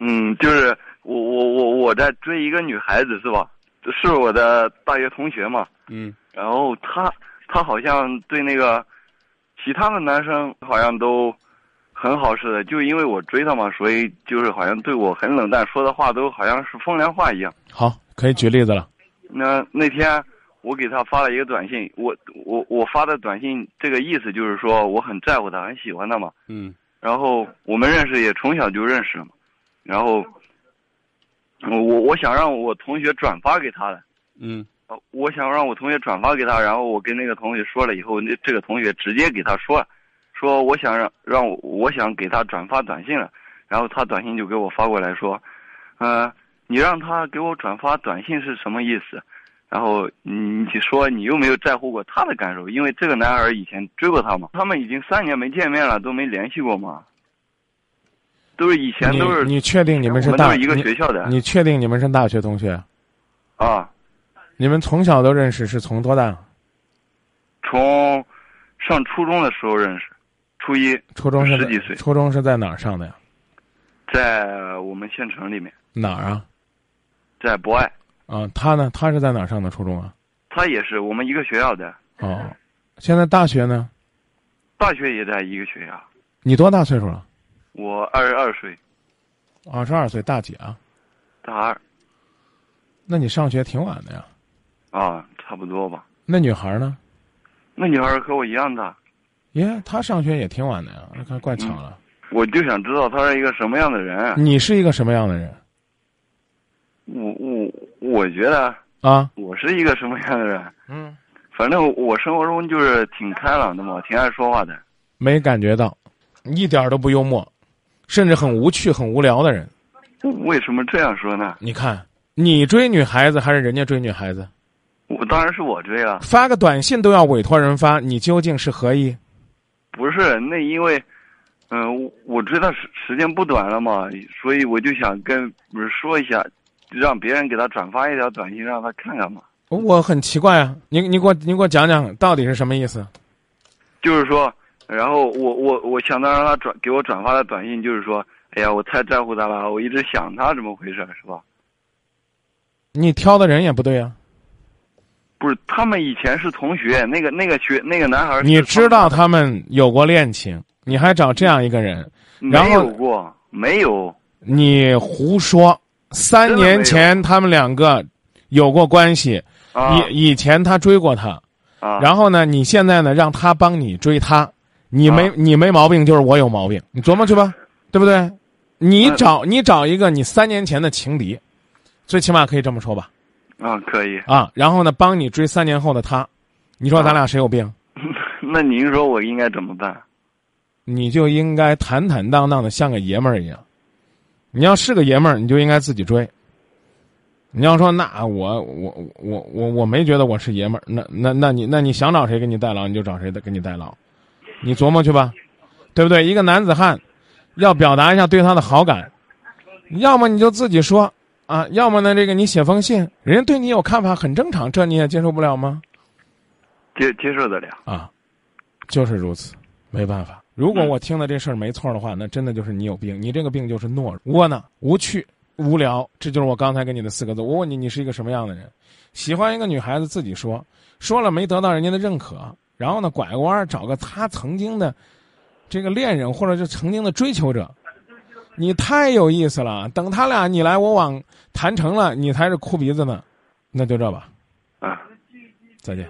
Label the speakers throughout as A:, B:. A: 嗯，就是我我我我在追一个女孩子是吧？是我的大学同学嘛。
B: 嗯，
A: 然后她她好像对那个其他的男生好像都很好似的，就因为我追她嘛，所以就是好像对我很冷淡，说的话都好像是风凉话一样。
B: 好，可以举例子了。
A: 那那天我给她发了一个短信，我我我发的短信这个意思就是说我很在乎她，很喜欢她嘛。
B: 嗯
A: 然后我们认识也从小就认识嘛，然后我我想让我同学转发给他的，
B: 嗯，
A: 呃我想让我同学转发给他，然后我跟那个同学说了以后，那这个同学直接给他说了，说我想让让我我想给他转发短信了，然后他短信就给我发过来说，呃，你让他给我转发短信是什么意思？然后你你说你有没有在乎过他的感受？因为这个男孩以前追过她嘛，他们已经三年没见面了，都没联系过嘛，都是以前都是
B: 你你确定你们是
A: 我们都
B: 大
A: 是一个
B: 你
A: 学校的
B: 你确定你们是大学同学？
A: 啊，
B: 你们从小都认识，是从多大？
A: 从上初中的时候认识，初一
B: 初中是
A: 十
B: 在
A: 几岁
B: 初中是在哪儿上的呀？
A: 在我们县城里面，
B: 哪儿啊？
A: 在博爱，
B: 啊，他呢？他是在哪儿上的初中啊？
A: 他也是我们一个学校的，
B: 哦，现在大学呢？
A: 大学也在一个学校。
B: 你多大岁数了？
A: 我二十二岁，
B: 二十二岁，大姐啊？
A: 大二
B: 那你上学挺晚的呀？
A: 啊，差不多吧。
B: 那女孩呢？
A: 那女孩和我一样大，
B: 耶，她上学也挺晚的呀，那怪
A: 嗯
B: 怪巧了。
A: 我就想知道她是一个什么样的人。
B: 你是一个什么样的人
A: 我我我觉得
B: 啊？
A: 我是一个什么样的人，
B: 嗯，
A: 反正我生活中就是挺开朗的嘛，挺爱说话的。
B: 没感觉到，一点儿都不幽默，甚至很无趣、很无聊的人。
A: 为什么这样说呢？
B: 你看，你追女孩子还是人家追女孩子？
A: 我当然是我追了，
B: 发个短信都要委托人发，你究竟是何意？
A: 不是那因为，嗯、我我追她时时间不短了嘛，所以我就想跟不是说一下，让别人给她转发一条短信，让她看看嘛。
B: 我很奇怪啊，你你给我你给我讲讲到底是什么意思？
A: 就是说，然后我我我想到让她转给我转发的短信，就是说，哎呀，我太在乎她了，我一直想她，怎么回事儿是吧？
B: 你挑的人也不对啊，
A: 不是，他们以前是同学，那个那个学那个男孩儿是
B: 你
A: 同学，
B: 知道他们有过恋情，你还找这样一个人，然后
A: 没有过，没有，
B: 你胡说！三
A: 真的没有
B: 年前他们两个有过关系，
A: 啊
B: 以以前他追过她，
A: 啊，
B: 然后呢，你现在呢让他帮你追她，你没、
A: 啊
B: 你没毛病，就是我有毛病，你琢磨去吧，对不对？你
A: 嗯
B: 找你找一个你三年前的情敌，最起码可以这么说吧，
A: 啊，可以，
B: 啊，然后呢帮你追三年后的他，你说咱俩谁有病？
A: 那您说我应该怎么办？
B: 你就应该坦坦荡荡的像个爷们儿一样。你要是个爷们儿，你就应该自己追。你要说那我我我我我没觉得我是爷们儿，那那那你那你想找谁给你代劳，你就找谁的给你代劳，你琢磨去吧，对不对？一个男子汉要表达一下对他的好感，要么你就自己说啊，要么呢这个你写封信，人家对你有看法很正常，这你也接受不了吗？
A: 接接受得了？
B: 啊，就是如此，没办法。如果
A: 嗯
B: 我听的这事儿没错的话，那真的就是你有病，你这个病就是懦弱、窝囊、无趣、无聊。这就是我刚才给你的四个字。我问你，你是一个什么样的人？喜欢一个女孩子自己说，说了没得到人家的认可，然后呢拐个弯儿找个他曾经的这个恋人或者是曾经的追求者，你太有意思了。等他俩你来我往谈成了，你才是哭鼻子呢。那就这吧，
A: 啊，
B: 再见。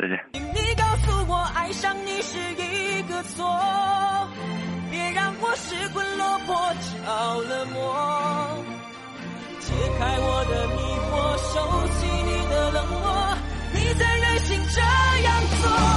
A: 再见。
C: 请你告诉我，爱上你是一个错，别让我失魂落魄着了魔。解开我的迷惑，收起你的冷漠，你在忍心这样做。哦